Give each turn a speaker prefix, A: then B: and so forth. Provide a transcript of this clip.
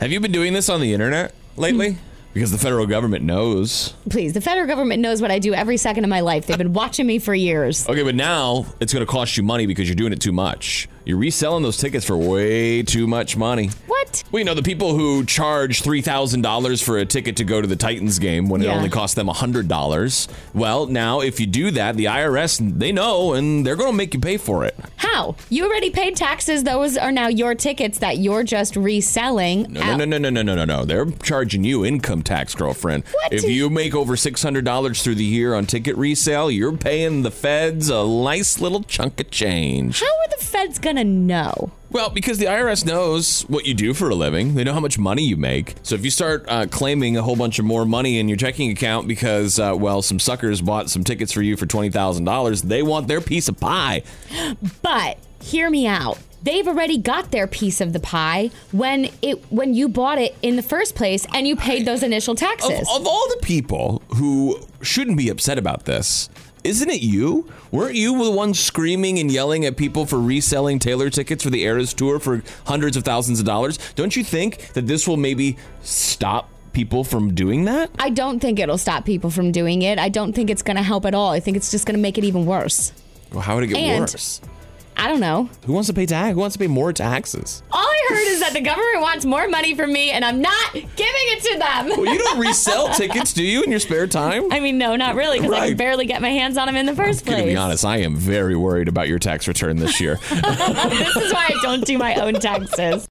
A: Have you been doing this on the internet lately? Because the federal government knows.
B: Please, the federal government knows what I do every second of my life. They've been watching me for years.
A: Okay, but now it's going to cost you money because you're doing it too much. You're reselling those tickets for way too much money.
B: What?
A: Well, you know, the people who charge $3,000 for a ticket to go to the Titans game when it
B: Yeah.
A: only cost them $100. Well, now if you do that, the IRS, they know and they're going to make you pay for it.
B: How? You already paid taxes. Those are now your tickets that you're just reselling.
A: No, no, no, no, no, no, no, no. They're charging you income tax, girlfriend.
B: What?
A: If you make over $600 through the year on ticket resale, you're paying the feds a nice little chunk of change.
B: How are the feds going to know?
A: Well, because the IRS knows what you do for a living, they know how much money you make. So if you start uh, claiming a whole bunch of more money in your checking account because, uh, well, some suckers bought some tickets for you for $20,000, they want their piece of pie.
B: But hear me out. They've already got their piece of the pie when it when you bought it in the first place and you paid those initial
A: Of,
B: taxes.
A: of all the people who shouldn't be upset about this, isn't it you? Weren't you the one screaming and yelling at people for reselling Taylor tickets for the Eras tour for hundreds of thousands of dollars? Don't you think that this will maybe stop people from doing that?
B: I don't think it'll stop people from doing it. I don't think it's going to help at all. I think it's just going to make it even worse.
A: Well, how would it get
B: And-
A: worse?
B: I don't know.
A: Who wants to pay tax? Who wants to pay more taxes?
B: All I heard is that the government wants more money from me and I'm not giving it to them.
A: Well, you don't resell tickets, do you, in your spare time?
B: I mean, no, not really, because I
A: Right.
B: can barely get my hands on them in the first place.
A: to be honest, I am very worried about your tax return this year.
B: this is why I don't do my own taxes.